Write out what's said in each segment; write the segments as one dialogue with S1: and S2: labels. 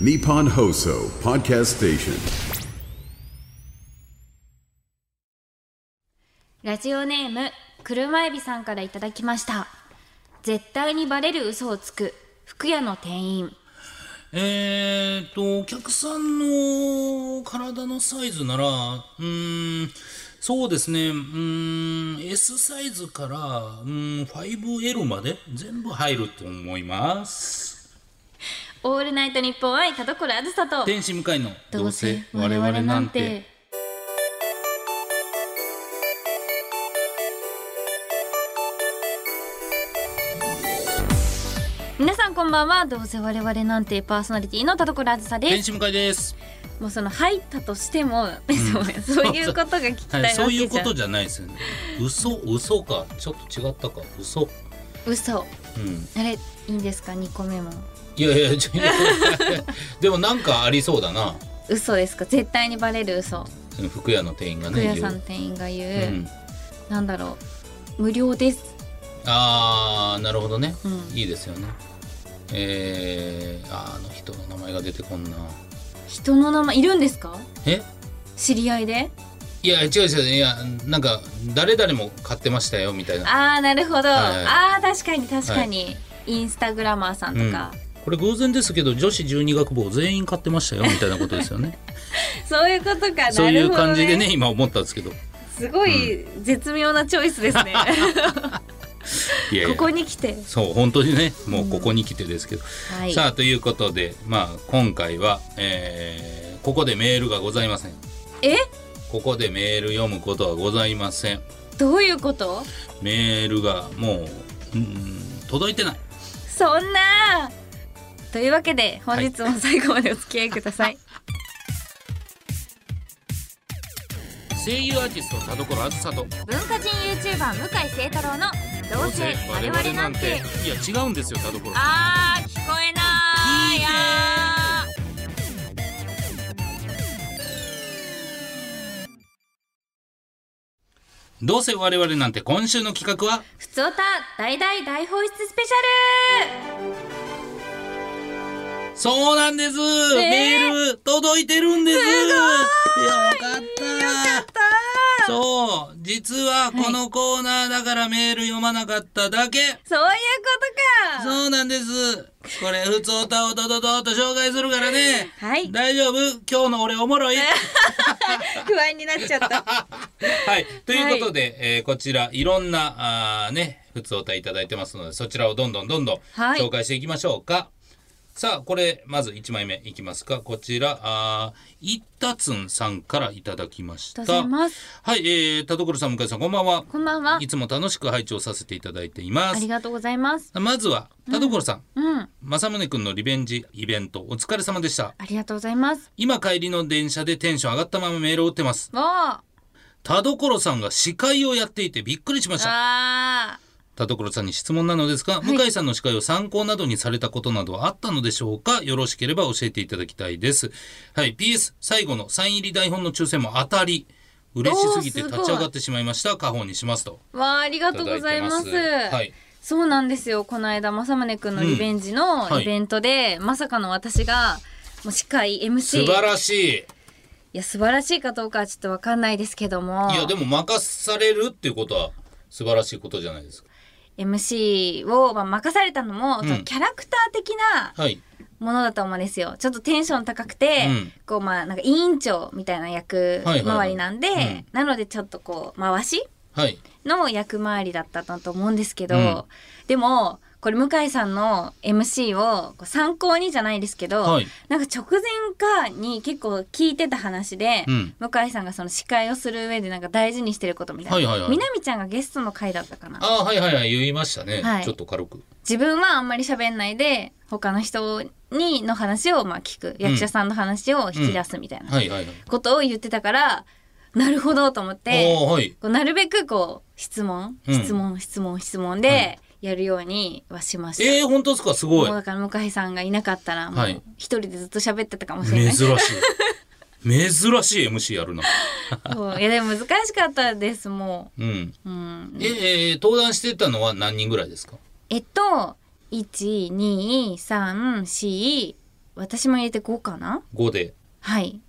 S1: Nippon Hoso Podcast Station.
S2: ラジオネーム車エビさんからいただきました絶対にバレる嘘をつく服屋の店員
S3: えー、っと、お客さんの体のサイズなら、うーん、そうですね、うーん、S サイズから、うーん、5L まで全部入ると思います。
S2: オールナイトニッポン愛田所あずさと
S3: 天使向かいの、
S2: どうせ我々なんて。皆さんこんばんはどうせ我々なんてパーソナリティの田所あずさで
S3: 天
S2: す
S3: 使向かいです。
S2: もうその入ったとしても、 そうそういうことが聞きたい
S3: は
S2: わけじゃん、
S3: い、そういうことじゃないですよね。嘘、嘘か。ちょっと違ったか。嘘。
S2: 嘘
S3: うん。
S2: あれいいんですか2個目も
S3: いやいや、ちょ でもなんかありそうだな。
S2: 嘘ですか絶対にバレる嘘
S3: その服屋の店員が
S2: 服
S3: ね。
S2: 屋さんの
S3: 言
S2: 店員が
S3: う
S2: 言う、
S3: うん。
S2: なんだろう無料です
S3: あーなるほどね、
S2: うん
S3: いいですよねえー、あーあの人の名前が出てこんな
S2: 人の名前いるんですか
S3: え
S2: 知り合いで
S3: いや違う違ういやなんか誰々も買ってましたよみたいな
S2: ああなるほど、
S3: はい
S2: ああ確かに確かに、インスタグラマーさんとか、
S3: これ偶然ですけど女子十二学部を全員買ってましたよみたいなことです よね
S2: そういうことか
S3: そういう感じで
S2: なるほど
S3: ね今思ったんですけど
S2: すごい絶妙なチョイス ですね
S3: いやいや
S2: ここに来て
S3: そう本当にねもうここに来てですけど、
S2: はい
S3: さあということでまあ今回は、えーここでメールがございません
S2: え
S3: ここでメール読むことはございません
S2: どういうこと
S3: メールがもう、うん、届いてない
S2: そんなというわけで本日も最後までお付き合いください、
S3: 声優アーティスト田所あずさと
S2: 文化人 YouTuber 向井聖太郎の「どうせ我々なんて
S3: いや違うんですよ田所」
S2: あー聞こえない
S3: いいね
S2: や
S3: どうせ我々なんて今週の企画は
S2: ーふつおた大大大放出スペシャル
S3: そうなんです、
S2: え
S3: メール届いてるんですよかったそう実はこのコーナーだからメール読まなかっただけ、
S2: そういうことか
S3: そうなんですこれ普通歌をドドドーと紹介するからね
S2: はい
S3: 大丈夫今日の俺おもろい
S2: 不安になっちゃった
S3: はい。ということで、えーこちら、いろんな、あーね、普通お歌いただいてますので、そちらをどんどんどんどん
S2: はい
S3: 紹介していきましょうか。さあ、これ、まず1枚目いきますか。こちら、あーいったつんさんからいただきまし
S2: あ
S3: た。
S2: りがとうございます
S3: はい、えー、田所さん、向井さん、こんばんは。
S2: こんばんはい
S3: つも楽しく拝聴させていただいていま
S2: あり
S3: す。
S2: がとうございます
S3: まずは、田所さん、
S2: うん
S3: 正宗くんのリベンジイベント、お疲れ様でした。
S2: ありがとうございます
S3: 今帰りの電車でテンション上がったままメールを打ってます。
S2: わ
S3: 田所さんが司会をやっていてびっくりしまし
S2: ー
S3: た。
S2: あ
S3: 田所さんに質問なのですが、
S2: はい
S3: 向井さんの司会を参考などにされたことなどはあったのでしょうかよろしければ教えていただきたいです。はい、PS、最後のサイン入り台本の抽選も当たり、嬉しすぎて
S2: おーすごい
S3: 立ち上がってしまいました。過方にしますと。
S2: ーわーありがとうございます
S3: ただいてますはい
S2: そうなんですよこの間正宗くんのリベンジ
S3: うん
S2: の
S3: はい
S2: イベントで、まさかの私がもう司会 MC
S3: 素晴らしい。
S2: いや素晴らしいかどうかはちょっとわかんないですけども
S3: いや、でも任されるっていうことは素晴らしいことじゃないですか。
S2: MC を、まあ、任されたのも、
S3: ん
S2: そのキャラクター的な
S3: はい。
S2: ものだと思うんですよちょっとテンション高くて、
S3: うん
S2: こうまあなんか委員長みたいな役
S3: はいはいはい
S2: 回りなんで、
S3: うん
S2: なのでちょっとこう回し
S3: はい。
S2: の役回りだったと思うんですけど、
S3: うん
S2: でもこれ向井さんの MC をこう参考にじゃないですけど、
S3: はい
S2: なんか直前かに結構聞いてた話で、
S3: うん
S2: 向井さんがその司会をする上でなんか大事にしてることみたいな、
S3: はいはいはい
S2: 南ちゃんがゲストの回だったかな
S3: ああ、はいはいはい。言いましたね。
S2: はい
S3: ちょっと軽く。
S2: 自分はあんまり喋んないで他の人にの話をまあ聞く役者さんの話を引き出すみたいな
S3: はいはいはい。
S2: ことを言ってたから、なるほどと思って
S3: おーはい。
S2: こうなるべくこう質問
S3: うん
S2: 質問質問質問でやるようにはしました。
S3: えー、本当ですかすごい
S2: もう。だから向井さんがいなかったらも
S3: は
S2: う
S3: い
S2: 一人でずっと喋ってたかもしれな
S3: 珍
S2: い。
S3: しい。珍しい MC やるな。
S2: そういやでも難しかったですも
S3: うん。
S2: う。うん、
S3: ええー登壇してたのは何人ぐらいですか
S2: えっと1 2 3 4私も入れて5かな
S3: 5で。
S2: はい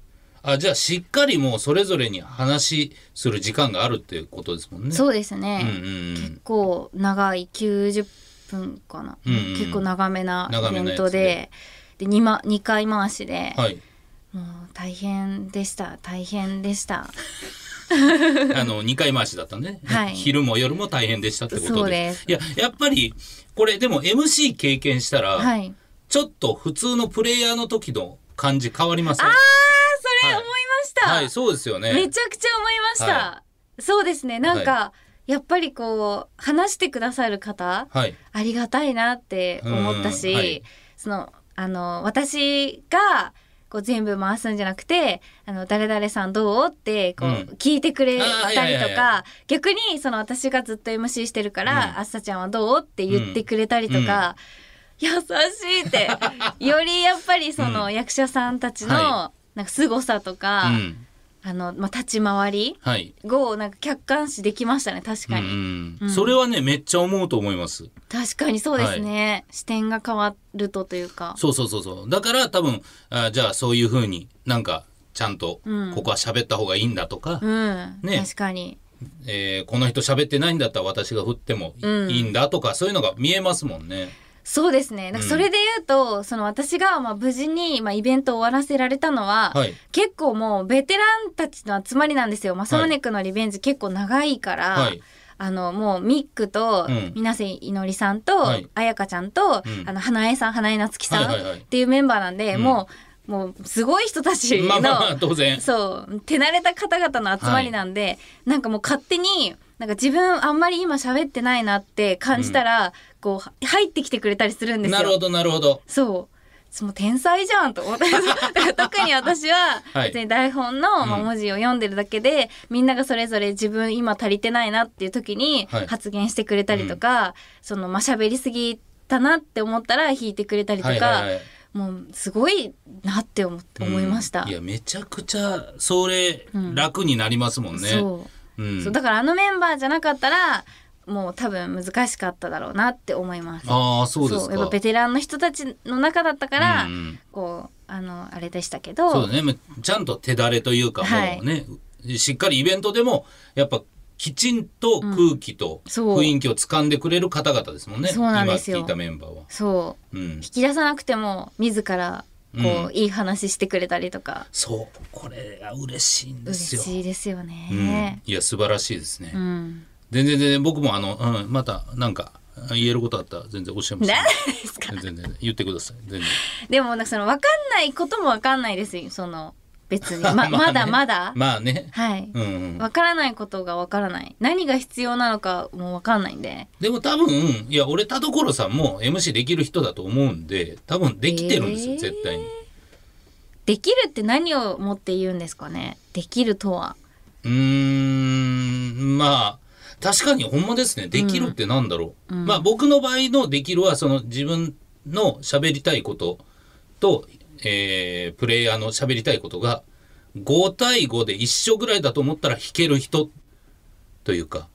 S3: あ、じゃあしっかりもうそれぞれに話する時間があるっていうことですもんね。
S2: そうですね、
S3: うんうんうん
S2: 結構長い90分かな、
S3: うんうん
S2: 結構長めな
S3: 長
S2: イ
S3: めな
S2: ベ
S3: や
S2: ン
S3: つ
S2: ト
S3: で
S2: でで 2, ま2回回しで、
S3: はい。
S2: もう大変でした大変でした
S3: あの、2回 回しだったね。
S2: はい
S3: 昼も夜も大変でしたってことで。
S2: そうです
S3: いや、やっぱり、これでも MC 経験したら、
S2: はい
S3: ちょっと普通のプレイヤーの時の感じ変わりますね。
S2: それ
S3: はい
S2: 思いました、
S3: はい、そうですよね。
S2: めちゃくちゃ思いました、
S3: は
S2: そうですねなんか、やっぱりこう話してくださる方、
S3: はい。
S2: ありがたいなって思ったし、
S3: うんはい
S2: そのあの私がこう全部回すんじゃなくて「あの誰々さんどう?」ってこう
S3: うん
S2: 聞いてくれ
S3: あーはい
S2: た
S3: はい
S2: り
S3: はい
S2: とか逆にその私がずっと MC してるから
S3: う
S2: 「
S3: ん
S2: あっさちゃんはどう?」って言ってくれたりとか。優しいって よりやっぱりその役者さんたち
S3: は
S2: のなんか凄さとか、
S3: うん。
S2: あのまあ、立ち回り
S3: はい。
S2: をなんか客観視できましたね確かに、
S3: うん
S2: うん
S3: それはね、めっちゃ思うと思います。
S2: 確かにそうですね、視点が変わるとというか
S3: そうそうそうそう。だから多分、あじゃあそういうふうになんか、ちゃんと、
S2: うん
S3: ここは喋った方がいいんだとか、
S2: うん、
S3: ね
S2: 確かに
S3: えーこの人喋ってないんだったら私が振ってもい
S2: うん
S3: いいんだとか、そういうのが見えますもんね。
S2: そうですねなんかそれで言うと、その私がまあ無事にまあイベントを終わらせられたのは、
S3: はい
S2: 結構もうベテランたちの集まりなんですよ「マサオネクのリベンジ」結構長いから、
S3: はい
S2: あのもうミックと
S3: うん
S2: 水瀬いのりさんと、
S3: はい
S2: 彩香ちゃんと、
S3: うん
S2: あの花江さん花江夏樹さん
S3: はいはいはい
S2: っていうメンバーなんで、
S3: うん
S2: もうもうすごい人たちの、
S3: まあまあまあ、当然。
S2: そう手慣れた方々の集まりなんで、なんかもう勝手になんか自分あんまり今喋ってないなって感じたら、こう入ってきてくれたりするんですよ。
S3: なるほど、なるほど。
S2: そうもう天才じゃんと思って 特に私は
S3: はい
S2: 別に台本のまあ
S3: うん
S2: 文字を読んでるだけで、みんながそれぞれ自分今足りてないなっていう時に
S3: はい
S2: 発言してくれたりとか、そのまあ喋りすぎたなって思ったら弾いてくれたりとか、
S3: はいはいはい。
S2: もうすごいなって思って思いました。
S3: うんいや、めちゃくちゃ、それ、楽になりますもんね。
S2: そう
S3: うん
S2: そうだからあのメンバーじゃなかったらもう多分難しかっただろうなって思います。
S3: ああ、そうです
S2: やっぱ
S3: か。
S2: ベテランの人たちの中だったから、
S3: うんうん
S2: こうあのあれでしたけど
S3: そうだね。ちゃんと手だれというか、
S2: はい
S3: もうね、しっかりイベントでも、やっぱ、きちんと空気と
S2: んそう
S3: 雰囲気を掴んでくれる方々ですもんね。
S2: そうなんですよ
S3: 今聞いたメンバーは。
S2: そう
S3: うん
S2: 引。き出さなくても自らこう、いい話してくれたりとか
S3: そう。これが嬉しいんで
S2: 嬉
S3: すよ。
S2: しいですよ
S3: うん
S2: ね。
S3: いや、素晴らしいですね。
S2: うん、
S3: 全然全然僕もあの、うん、またなんか言えることあったら全然おっしゃいます
S2: 何ですか
S3: 全然全然言ってください全然
S2: でもなんかその分かんないことも分かんないですよその別 にま
S3: あね
S2: まだまだ、
S3: まあね
S2: はい、
S3: うん、うん、
S2: 分からないことが分からない何が必要なのかも分かんないんで
S3: でも多分いや俺田所さんも MC できる人だと思うんで多分できてるんですよ、
S2: えー
S3: 絶対に
S2: できるって何をもって言うんですかねできるとは
S3: うーんまあ確かにほんまですねできるってなんだろう、まあ僕の場合のできるはその自分の喋りたいことと、えープレイヤーの喋りたいことが5対5で一緒ぐらいだと思ったら弾ける人というか、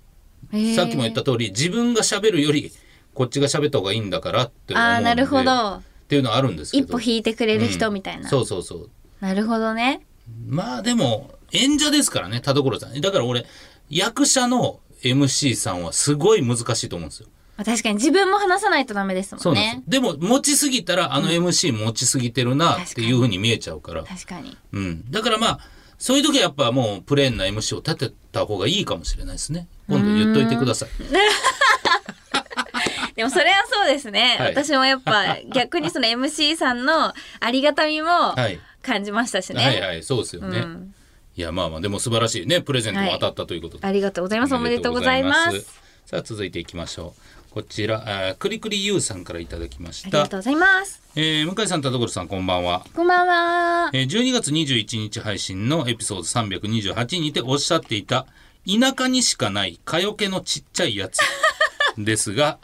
S3: さっきも言った通り自分が喋るよりこっちが喋った方がいいんだからっていうのを
S2: あ
S3: 思う
S2: あー
S3: んで
S2: なるほど
S3: っていうのはあるんですけ
S2: 一
S3: ど
S2: 歩引いてくれる人みたいな、
S3: そうそうそう
S2: なるほどね
S3: まあでも演者ですからね田所さんだから俺役者の MC さんはすごい難しいと思うんですよ
S2: まあ確かに自分も話さないとダメですもん
S3: なん
S2: ね
S3: ですよでも持ちすぎたらあの MC 持ちすぎてるなっていうふうに見えちゃうから、
S2: 確かに
S3: うん、だからまあそういう時はやっぱもうプレーンな MC を立てた方がいいかもしれないですね今度言っといてください
S2: でもそれはそうですね、
S3: はい
S2: 私もやっぱ逆にその MC さんのありがたみも
S3: い
S2: 感じましたしね、
S3: はいはいそうですよね、
S2: うん
S3: いやまあまあでも素晴らしいねプレゼントも当たったということで、
S2: ありがとうございますおめでとうございます
S3: さあ続いていきましょうこちらあーくりくりゆうさんからいただきま
S2: あ
S3: し
S2: り
S3: た
S2: がとうございます
S3: えー向井さん、田所さん、こんばんは。
S2: こんばんは
S3: えー12月21日配信のエピソード328にておっしゃっていた、田舎にしかない、蚊よけのちっちゃ いやつですが、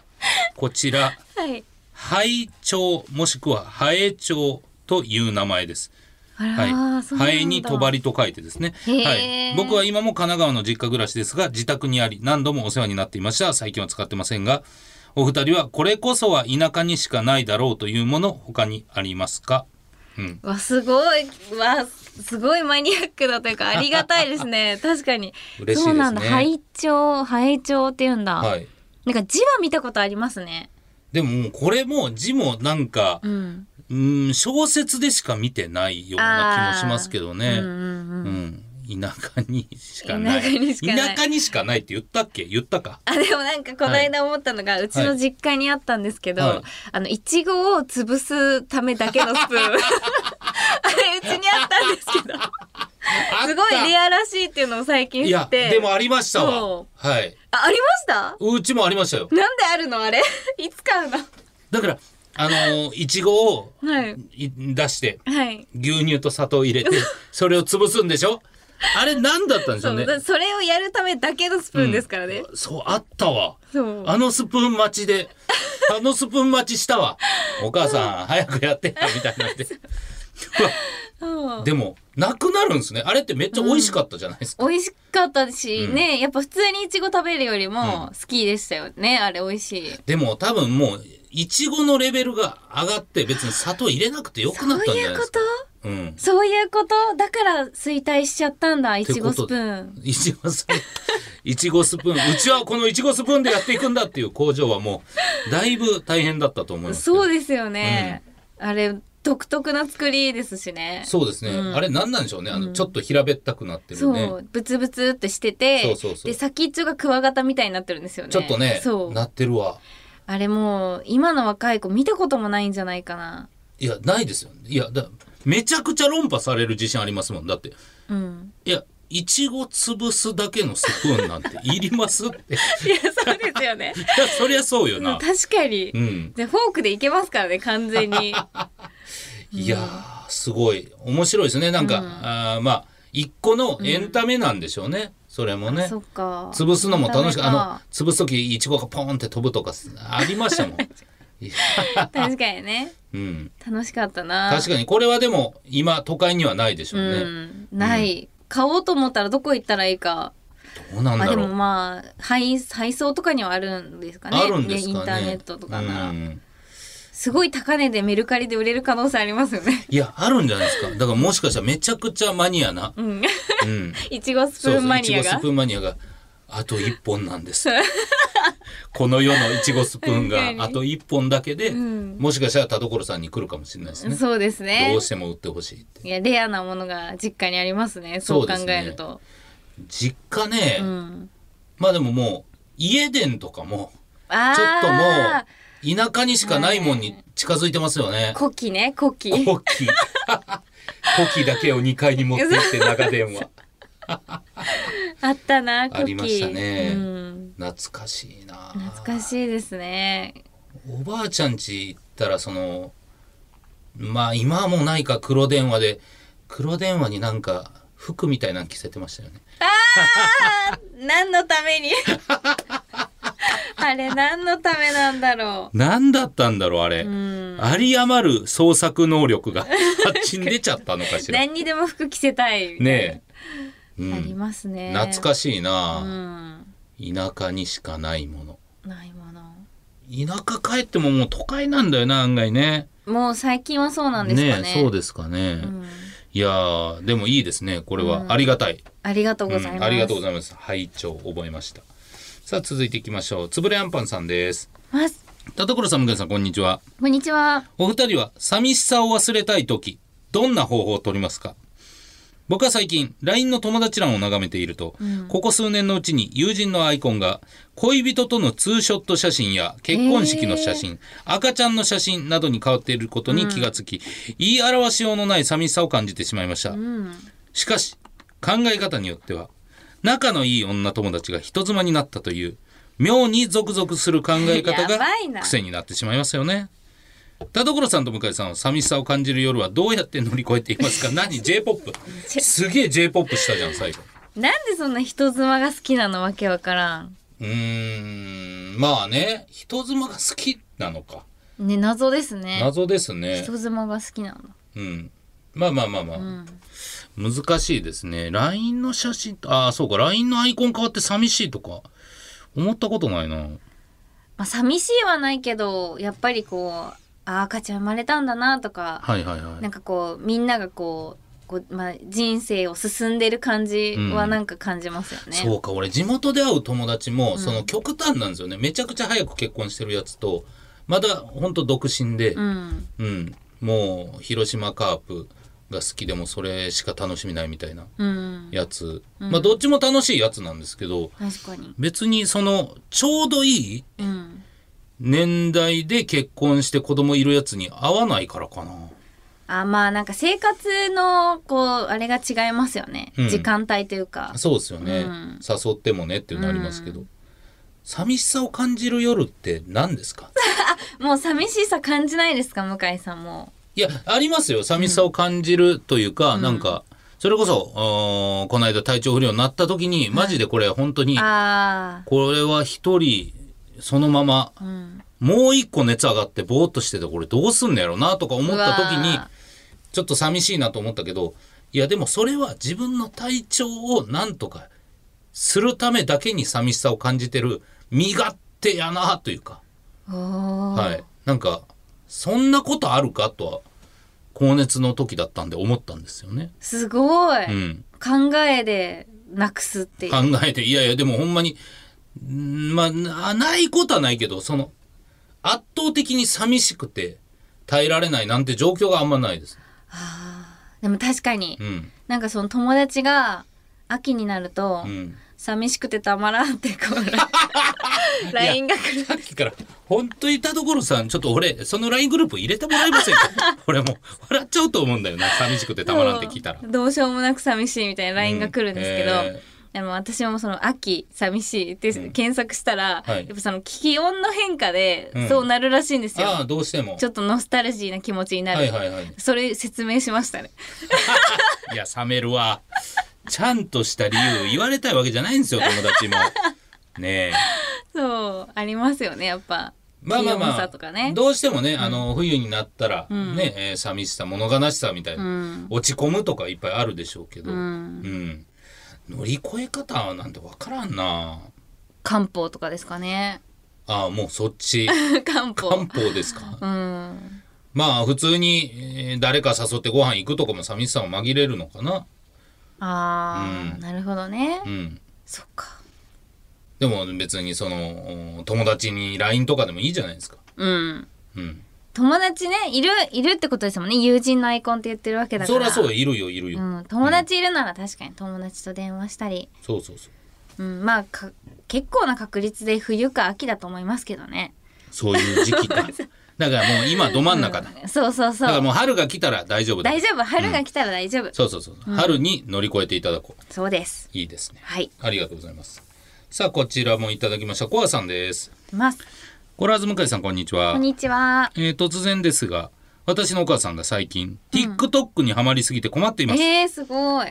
S3: こちら、
S2: はい
S3: 灰鳥、もしくはハエ鳥という名前です。
S2: あらー、
S3: はい、
S2: そうなんだ
S3: ハエにとばりと書いてですね、
S2: へー
S3: はい、僕は今も神奈川の実家暮らしですが自宅にあり何度もお世話になっていました最近は使ってませんがお二人はこれこそは田舎にしかないだろうというもの他にありますかうん
S2: わすごいわすごいマニアックだというかありがたいです ね確かに
S3: 嬉しいですね
S2: そうなんだ拝聴拝聴っていうんだ、
S3: はい。
S2: なんか字は見たことありますね
S3: でももうこれも字もなんか、
S2: う
S3: うんーん、小説でしか見てないような気もしますけどね。
S2: う
S3: うん
S2: うんんうん
S3: 田舎にしかない。
S2: 田舎にしかない
S3: 田舎にしかないって言ったっけ言ったか。
S2: あでもなんかこの間思ったのが、うちの実家にあったんですけど、
S3: はい
S2: あのいちごを潰すためだけの スプーンあれうちにあったんですけどすごいレ
S3: ア
S2: アらしいっていうのを最近
S3: い
S2: 知
S3: や、
S2: って
S3: でもありましたわ
S2: そ。
S3: はい。
S2: あありました
S3: うちもありましたよ。
S2: なんであるのあれ いつ買うの
S3: だから、あのー、いちごを
S2: はい
S3: い出して、
S2: はい
S3: 牛乳と砂糖入れて、それを潰すんでしょあれ何だったんでし
S2: そ
S3: ょ
S2: う
S3: うね。
S2: だそれをやるためだけのスプーンですからね、
S3: そう、あったわ。
S2: そう
S3: あのスプーン待ちで、あのスプーン待ちしたわ。お母さん、早くやって、みたいに なって。うわでも、なくなるんですね。あれってめっちゃ美味しかったじゃないですか。
S2: 美味しかったし、ねやっぱ普通にいちご食べるよりも好きでしたよね、あれ美味しい
S3: でも多分もう、いちごのレベルが上がって、別に砂糖入れなくてよくな
S2: そ
S3: っ
S2: う
S3: たんじ
S2: い
S3: ゃ
S2: う
S3: ないで
S2: こ
S3: す
S2: と
S3: か。うん。
S2: そういうことだから衰退しちゃったんだいちごスプー ン
S3: いちごスプーン。いちごスプーン。うちはこのいちごスプーンでやっていくんだっていう工場はもう、だいぶ大変だったと思いますけど。
S2: そうですよね、あれ独特な作りですしね
S3: そうですね。あれ何なんでしょうね。あの、ちょっと平べったくなってる
S2: そう,、
S3: ね。
S2: ブツブツってしてて
S3: そうそうそう
S2: で先っちょがクワガタみたいになってるんですよね
S3: ちょっとね、
S2: そう
S3: なってるわ。
S2: あれもう今の若い子見たこともないんじゃないかない
S3: や、ないですよ。いや、だめちゃくちゃ論破される自信ありますもん。だって、
S2: うん
S3: いや、いちご潰すだけのスプーンなんていりますって。い
S2: いやそうですよ ね
S3: や、そりゃそうよな。
S2: 確かに、
S3: うん。
S2: でフォークでいけますからね完全 に
S3: いやー、すごい。面白いですね。なんか、あーまあ、一個のエンタメなんでしょうね。それもね
S2: そ。っか
S3: 潰すのも楽しく、
S2: ダメ
S3: あ
S2: か
S3: の、潰すとき、いちごがポーンって飛ぶとか、ありました もん。いや
S2: 確かにね
S3: うん。
S2: 楽しかったな
S3: 確かに、これはでも、今、都会にはないでしょうね。
S2: うんない、買おうと思ったらどこ行ったらいいか
S3: どうなんだ
S2: あ
S3: ろ
S2: で
S3: う。
S2: もまあ配配送とかにはあるんですかね
S3: あるんですかね。
S2: インターネットとかなら、
S3: うん
S2: すごい高値でメルカリで売れる可能性ありますよね
S3: いや、あるんじゃないですか。だからもしかしたらめちゃくちゃマニアな。
S2: うん
S3: うん。
S2: いちごスプ
S3: そう
S2: ー
S3: そ
S2: ン
S3: う、
S2: マ
S3: いち
S2: ニ
S3: ご
S2: ア
S3: ス
S2: が
S3: プーンマニアが、あと一本な んです。この世のいちごスプーン
S2: 確か
S3: が、
S2: に
S3: あと一本だけで、
S2: ん
S3: もしかしたら田所さんに来るかもしれないですね。
S2: そうですね
S3: どうしても売ってほしいって。
S2: いやレアなものが実家にありますねそう考
S3: そうで
S2: え
S3: すね
S2: ると
S3: 実家ね、
S2: うん
S3: まあでももう、家電とかも、
S2: あー
S3: ちょっともう、田舎にしかないもんに近づいてますよね。
S2: コキねコキ
S3: コキ。コキだけを2階に持って行って長電話。
S2: あったなコキ
S3: ありましたね
S2: うん、
S3: 懐かしいな
S2: 懐かしいですね
S3: おばあちゃん家行ったらそのまあ今はもうないか黒電話で黒電話になんか服みたいなの着せてましたよね
S2: 何のた めにあれ何のためなんだろ
S3: 何だったんだろうあれ、
S2: ん
S3: 有り余る創作能力があっちに出ちゃったのか し
S2: う
S3: らね
S2: 何にでも服着せたいみたいな
S3: え、う
S2: あり
S3: ん、
S2: ますね
S3: 懐かしいな、
S2: うん
S3: 田舎にしかないもの
S2: ないもの
S3: 田舎帰ってももう都会なんだよな案外ね
S2: もう最近はそうなんですかね
S3: えそうですかね、
S2: うん
S3: いやーでもいいですねこれは、ありがたい
S2: ありがとうございます、
S3: うんありがとうございます。拝聴覚えました。さあ続いていきましょう。つぶれあんぱんさんです。
S2: ます
S3: 田所さん、向井さん、こんにちは。
S2: こんにちは
S3: お二人は寂しさを忘れたいとき、どんな方法を取りますか僕は最近、LINE の友達欄を眺めていると、ここ数年のうちに友人のアイコンが、恋人とのツーショット写真や結婚式の写真、赤ちゃんの写真などに変わっていることに気がつき、言い表しようのない寂しさを感じてしまいました。しかし、考え方によっては、仲のいい女友達が人妻になったという、妙にゾクゾクする考え方
S2: や
S3: が
S2: ばいな
S3: 癖になってしまいますよね。田所さんと向井さんは寂しさを感じる夜はどうやって乗り越えていますか 何 ?J-POP? すげえ J-POP したじゃん、最後。
S2: なんでそんな人妻が好きなのわけわからん
S3: うーん、まあね、人妻が好きなのか。
S2: ね謎ですね
S3: 謎ですね。
S2: 人妻が好きなんだ
S3: うん。まあまあまあまあ。難しいですね。LINE の写真と、ああ、そうか、LINE のアイコン変わって寂しいとか、思ったことないな。
S2: まあ寂しいはないけどやっぱりこうあー赤ちゃん生まれたんだなとか、
S3: はいはいはい
S2: なんかこうみんながこうこう、まあ、人生を進んでる感じはなんか感じますよね。
S3: そうか俺地元で会う友達も、その極端なんですよねめちゃくちゃ早く結婚してるやつとまだほんと独身で、うん
S2: ん
S3: もう広島カープが好きでもそれしか楽しみないみたいな
S2: うん、
S3: やつ、まあどっちも楽しいやつなんですけど
S2: 確かに、
S3: 別にそのちょうどいい
S2: うん、
S3: 年代で結婚して子供いるやつに合わないからかな。
S2: あまあなんか生活のこうあれが違いますよね、
S3: うん
S2: 時間帯というか
S3: そうですよね、
S2: うん
S3: 誘ってもねっていうのありますけど、寂しさを感じる夜って何ですか
S2: もう寂しさ感じないですか向井さんも。
S3: いやありますよ寂しさを感じるというか、なんかそれこそあーこの間体調不良になった時にマジでこれ本当に
S2: あ
S3: これは一人そのまま、
S2: あ、うん、
S3: もう一個熱上がってぼーっとしててこれどうすんのやろなとか思った時
S2: う
S3: に
S2: わ
S3: ちょっと寂しいなと思ったけどいやでもそれは自分の体調をなんとかするためだけに寂しさを感じてる身勝手やなというか、
S2: おお、
S3: はい、なんかそんなことあるかとは高熱の時だったんで思ったんですよね。
S2: すごい、
S3: うん、
S2: 考えでなくすっていう。
S3: 考えていやいやでもほんまにんまあなないことはないけどその圧倒的に寂しくて耐えられないなんて状況があんまないです。
S2: でも確かに、
S3: うん、
S2: なんかその友達が秋になると、
S3: うん
S2: 寂しくてたまらんってこう LINE が来る
S3: さっきから、本当いたところさん、ちょっと俺、その LINE グループ入れてもらえませんか 俺もう笑っちゃうと思うんだよな。寂しくてたまらんって聞いたら。
S2: どうしようもなく寂しいみたいな LINE が来るんですけど、
S3: うんえ
S2: でも私もその秋寂しいって検索したら、
S3: はい
S2: やっぱその気温の変化で
S3: うん
S2: そうなるらしいんですよ、
S3: ああ、どうしても。
S2: ちょっとノスタルジーな気持ちになる、
S3: はいはいはい。
S2: それ説明しましたね
S3: いや、冷めるわ。ちゃんとした理由言われたいわけじゃないんですよ、友達も。ねえ。
S2: そうありますよねやっぱ
S3: まあまあ
S2: 気温
S3: ま
S2: 差とかね
S3: あ、どうしてもね、あの、冬になったら、ね、えー寂しさ、物悲しさみたいな、落ち込むとかいっぱいあるでしょうけど、うん。乗り越え方なんてわからんな。
S2: 漢方とかですかね
S3: ああ、もうそっち。
S2: 漢方
S3: 漢方ですか、まあ普通にえー誰か誘ってご飯行くとかも寂しさを紛れるのかな
S2: ああ、なるほどね、
S3: うん
S2: そっか
S3: でも別にそのお友達に LINE とかでもいいじゃないですか
S2: うん
S3: うん
S2: 友達ねいるいるってことですもんね友人のアイコンって言ってるわけだか
S3: そ
S2: ら
S3: りゃそうよいるよいるよ、
S2: うん、友達いるなら確かに友達と電話したり、
S3: そうそうそう
S2: うん、まあか結構な確率で冬か秋だと思いますけどね
S3: そういう時 期かだからもう今ど真ん中だ、だ
S2: そうそう
S3: か
S2: そ
S3: ら
S2: う
S3: もう春が来たら大丈夫だ
S2: 大丈夫春が来たら大丈夫、
S3: そうそうそう、春に乗り越えていただこう
S2: そうです
S3: いいですね
S2: はい
S3: ありがとうございますさあこちらもいただきましたコアさんです
S2: います
S3: コラーズ向井さんこんにちは
S2: こんにちは
S3: えー突然ですが私のお母さんが最近 TikTok にハマりすぎて困っています、
S2: えー、すごい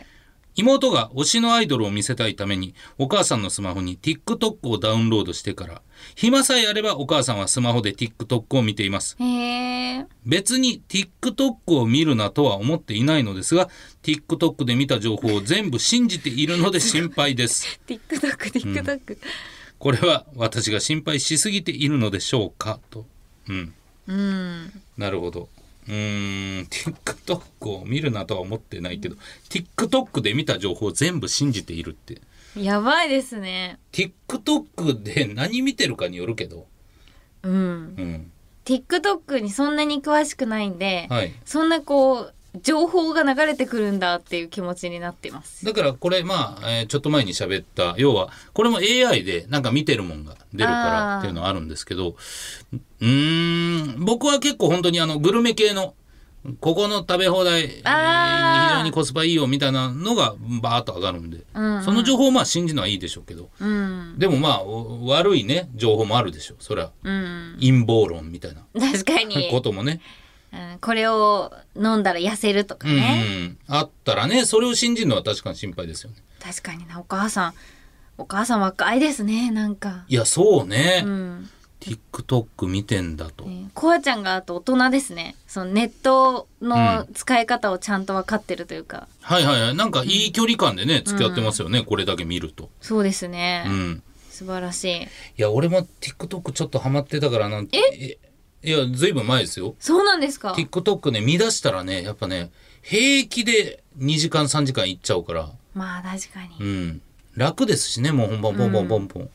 S3: 妹が推しのアイドルを見せたいためにお母さんのスマホに TikTok をダウンロードしてから暇さえあればお母さんはスマホで TikTok を見ています
S2: へえー、
S3: 別に TikTok を見るなとは思っていないのですが TikTok で見た情報を全部信じているので心配です
S2: TikTokTikTok
S3: これは私が心配しすぎているのでしょうかとうん
S2: うん、
S3: なるほど。うーん、TikTok を見るなとは思ってないけど、TikTok で見た情報を全部信じているって。
S2: やばいですね
S3: TikTok で何見てるかによるけど。
S2: うん
S3: うん。
S2: TikTok にそんなに詳しくないんで、
S3: はい
S2: そんなこう情報が流れてくるんだっていう気持ちになってます。
S3: だからこれ、まあ、えーちょっと前に喋った、要は、これも AI でなんか見てるもんが出るからっていうのはあるんですけど、うーん、僕は結構本当にあの、グルメ系の、ここの食べ放題、えー非
S2: あー
S3: 常にコスパいいよみたいなのがバーッと上がるんで、その情報をまあ信じるのはいいでしょうけど、
S2: うん、
S3: でもまあお悪いね情報もあるでしょそりゃ
S2: うん、
S3: 陰謀論みたいな
S2: 確かに、
S3: こともね
S2: うんこれを飲んだら痩せるとか
S3: うん、う
S2: ね、
S3: ん、あったらねそれを信じるのは確かに心配ですよね
S2: 確かになお母さんお母さん若いですねなんか、
S3: いやそうね、
S2: うん、
S3: TikTok 見てんだと、
S2: ねコアちゃんがあと大人ですねそのネットの使い方をちゃんと分かってるというか、
S3: はいはいはいなんかいい距離感でね付き合ってますよね、これだけ見ると
S2: そうですね、
S3: うん
S2: 素晴らしい
S3: いや俺も TikTok ちょっとハマってたからなんてえいや、ずいぶん前ですよ。
S2: そうなんですか
S3: TikTok ね、見出したらね、やっぱね、平気で2時間3時間いっちゃうから、
S2: まあ確かに、
S3: うん。楽ですしね、もうほんまボンボンボンボン。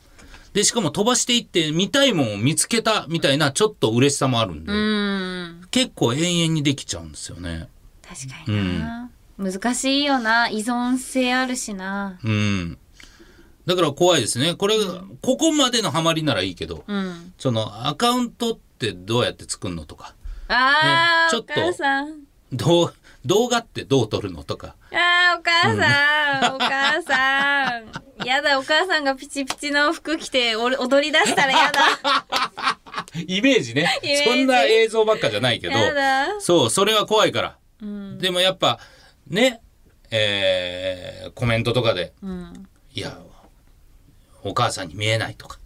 S3: で、しかも飛ばしていって、見たいもんを見つけたみたいな、ちょっと嬉しさもあるんで、
S2: うん
S3: 結構永遠にできちゃうんですよね。
S2: 確かにな、難しいよな依存性あるしな
S3: うん。だから怖いですね。これ、ここまでのハマりならいいけど、
S2: うん
S3: そのアカウントってどうやって作るのとか、
S2: あ
S3: ね
S2: ー、
S3: ちょっ
S2: お母
S3: と
S2: さん
S3: どう、動画ってどう撮るのとか、
S2: あーお母さん、お母さ んやだお母さんがピチピチの服着てお踊り出したらやだ
S3: イメージね
S2: イメージ
S3: そんな映像ばっかじゃない けど
S2: やだ
S3: そうそれは怖いから、でもやっぱねえーコメントとかで
S2: うん
S3: 「いやお母さんに見えない」とか、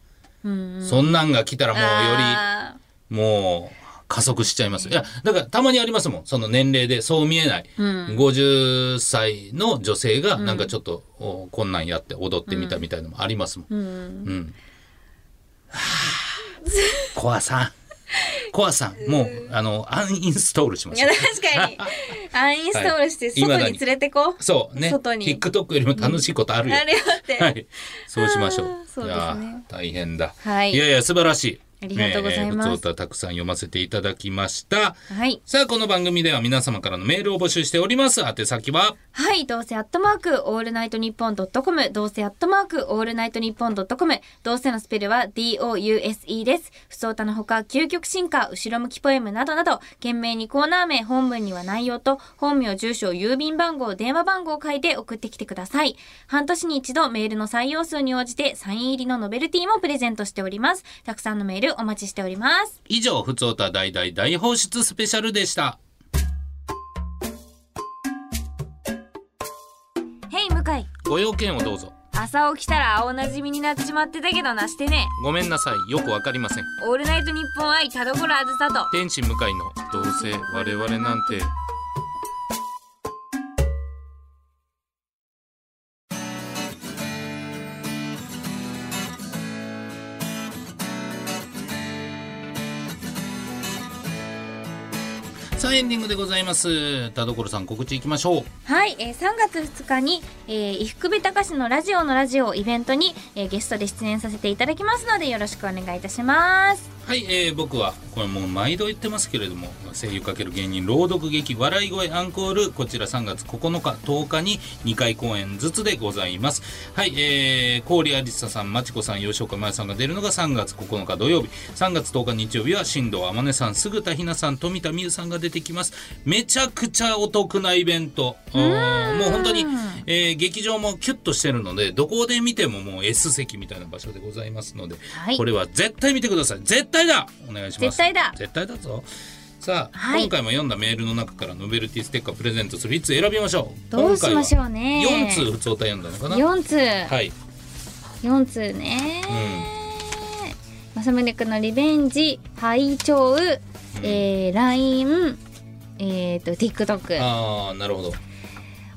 S2: うん
S3: そんなんが来たらもうよ
S2: あ
S3: りもう加速しちゃいますいやだからたまにありますもんその年齢でそう見えない、50歳の女性がなんかちょっと、おこんなんやって踊ってみたみたいのもありますもん。
S2: ーうん
S3: うん。コアさん。コアさん、もう、あの、アンインストールしま
S2: い
S3: し
S2: や
S3: ょう。
S2: 確かにアンインストールして
S3: はい未だ
S2: 外
S3: に
S2: に連れてこ、
S3: そうね。
S2: 外に
S3: TikTok よりも楽しいことあるよ。
S2: あれよって、
S3: はい。そうしましょ
S2: あ
S3: う。
S2: ーそう
S3: い
S2: ですね
S3: やー大変だ。
S2: はい
S3: やいや、素晴らしい。
S2: ありがとうございます
S3: えー普通歌たくさん読ませていただきました。
S2: はい
S3: さあ、この番組では皆様からのメールを募集しております。宛先は、
S2: はい、どうせアットマークオールナイトニッポンドットコム、どうせアットマークオールナイトニッポンドットコム、どうせのスペルは DOUSE です。不相たのほか、究極進化、後ろ向きポエムなどなど、懸命にコーナー名、本文には内容と、本名、住所、郵便番号、電話番号を書いて送ってきてください。半年に一度メールの採用数に応じて、サイン入りのノベルティもプレゼントしております。たくさんのメールお待ちしております。
S3: 以上、ふつおた大大大放出スペシャルでした。
S2: ヘイ、向井。
S3: ご用件をどうぞ。
S2: 朝起きたら青なじみになっちまってたけどなしてね。
S3: ごめんなさい。よくわかりません。
S2: オールナイトニッポン愛田所あずさと
S3: 天使向かいのどうせ我々なんてさあエンディングでございます田所さん告知いきましょう
S2: はい、えー、3月2日に、えー、伊福部隆のラジオのラジオをイベントに、えー、ゲストで出演させていただきますのでよろしくお願いいたします
S3: はい、えー僕はこれもう毎度言ってますけれども声優×芸人朗読劇笑い声アンコールこちら3月9日10日に2回公演ずつでございますはい、えー、郡有沙さんまちこさん吉岡真由さんが出るのが3月9日土曜日3月10日日曜日は新藤天音さん菅田ひなさん富田美優さんが出てきますめちゃくちゃお得なイベントあーもう本当に、えー劇場もキュッとしてるのでどこで見てももう S 席みたいな場所でございますので、
S2: はい
S3: これは絶対見てください絶対だお願いしま
S2: 絶
S3: す
S2: 対だ
S3: 絶対だぞさあ、
S2: はい
S3: 今回も読んだメールの中からノベルティステッカープレゼントするいつ選びましょう
S2: どうしましょうね
S3: 今回は4通普通歌読んだのかな
S2: 4通、
S3: はい
S2: 4通ねまさむねくんのリベンジ拝聴、えー、LINE えっ、と TikTok
S3: ああなるほど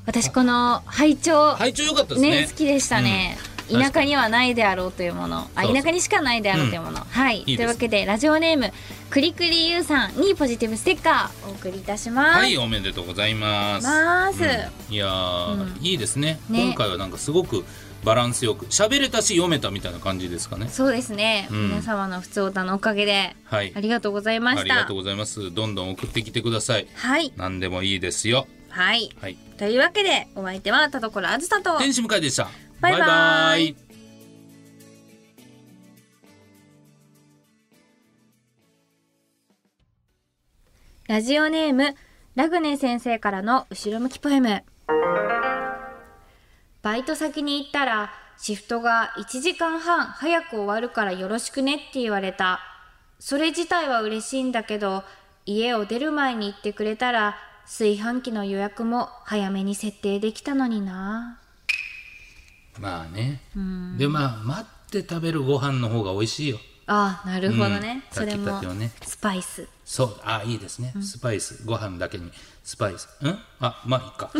S2: 私この拝聴
S3: 配聴良かったですね
S2: ね好きでしたね、
S3: うん
S2: 田舎にはないであろうというものあ
S3: そうそう
S2: 田舎にしかないであろうというもの、はい
S3: いです
S2: というわけでラジオネームくりくりゆうさんにポジティブステッカーお送りいたします、
S3: はいおめでとうございます
S2: ます
S3: うんいやー、いいですね
S2: ね
S3: 今回はなんかすごくバランスよく喋れたし読めたみたいな感じですかね
S2: そうですね、
S3: うん
S2: 皆様の普通歌のおかげで
S3: はい
S2: ありがとうございま
S3: あ
S2: し
S3: り
S2: た
S3: がとうございますどんどん送ってきてください
S2: はい
S3: 何でもいいですよ
S2: はい
S3: はい
S2: というわけでお相手は田所あずさと
S3: 天使向井でした
S2: バイバイラジオネームラグネ先生からの後ろ向きポエムバイト先に行ったらシフトが1時間半早く終わるからよろしくねって言われたそれ自体は嬉しいんだけど家を出る前に言ってくれたら炊飯器の予約も早めに設定できたのにな
S3: まあねでまあ待って食べるご飯の方が美味しいよ
S2: ああなるほど
S3: うん
S2: ね、それ
S3: 炊き
S2: も
S3: たてをね
S2: スパイス
S3: そうあいいですねスパイスご飯だけにスパイスうんあまあいいか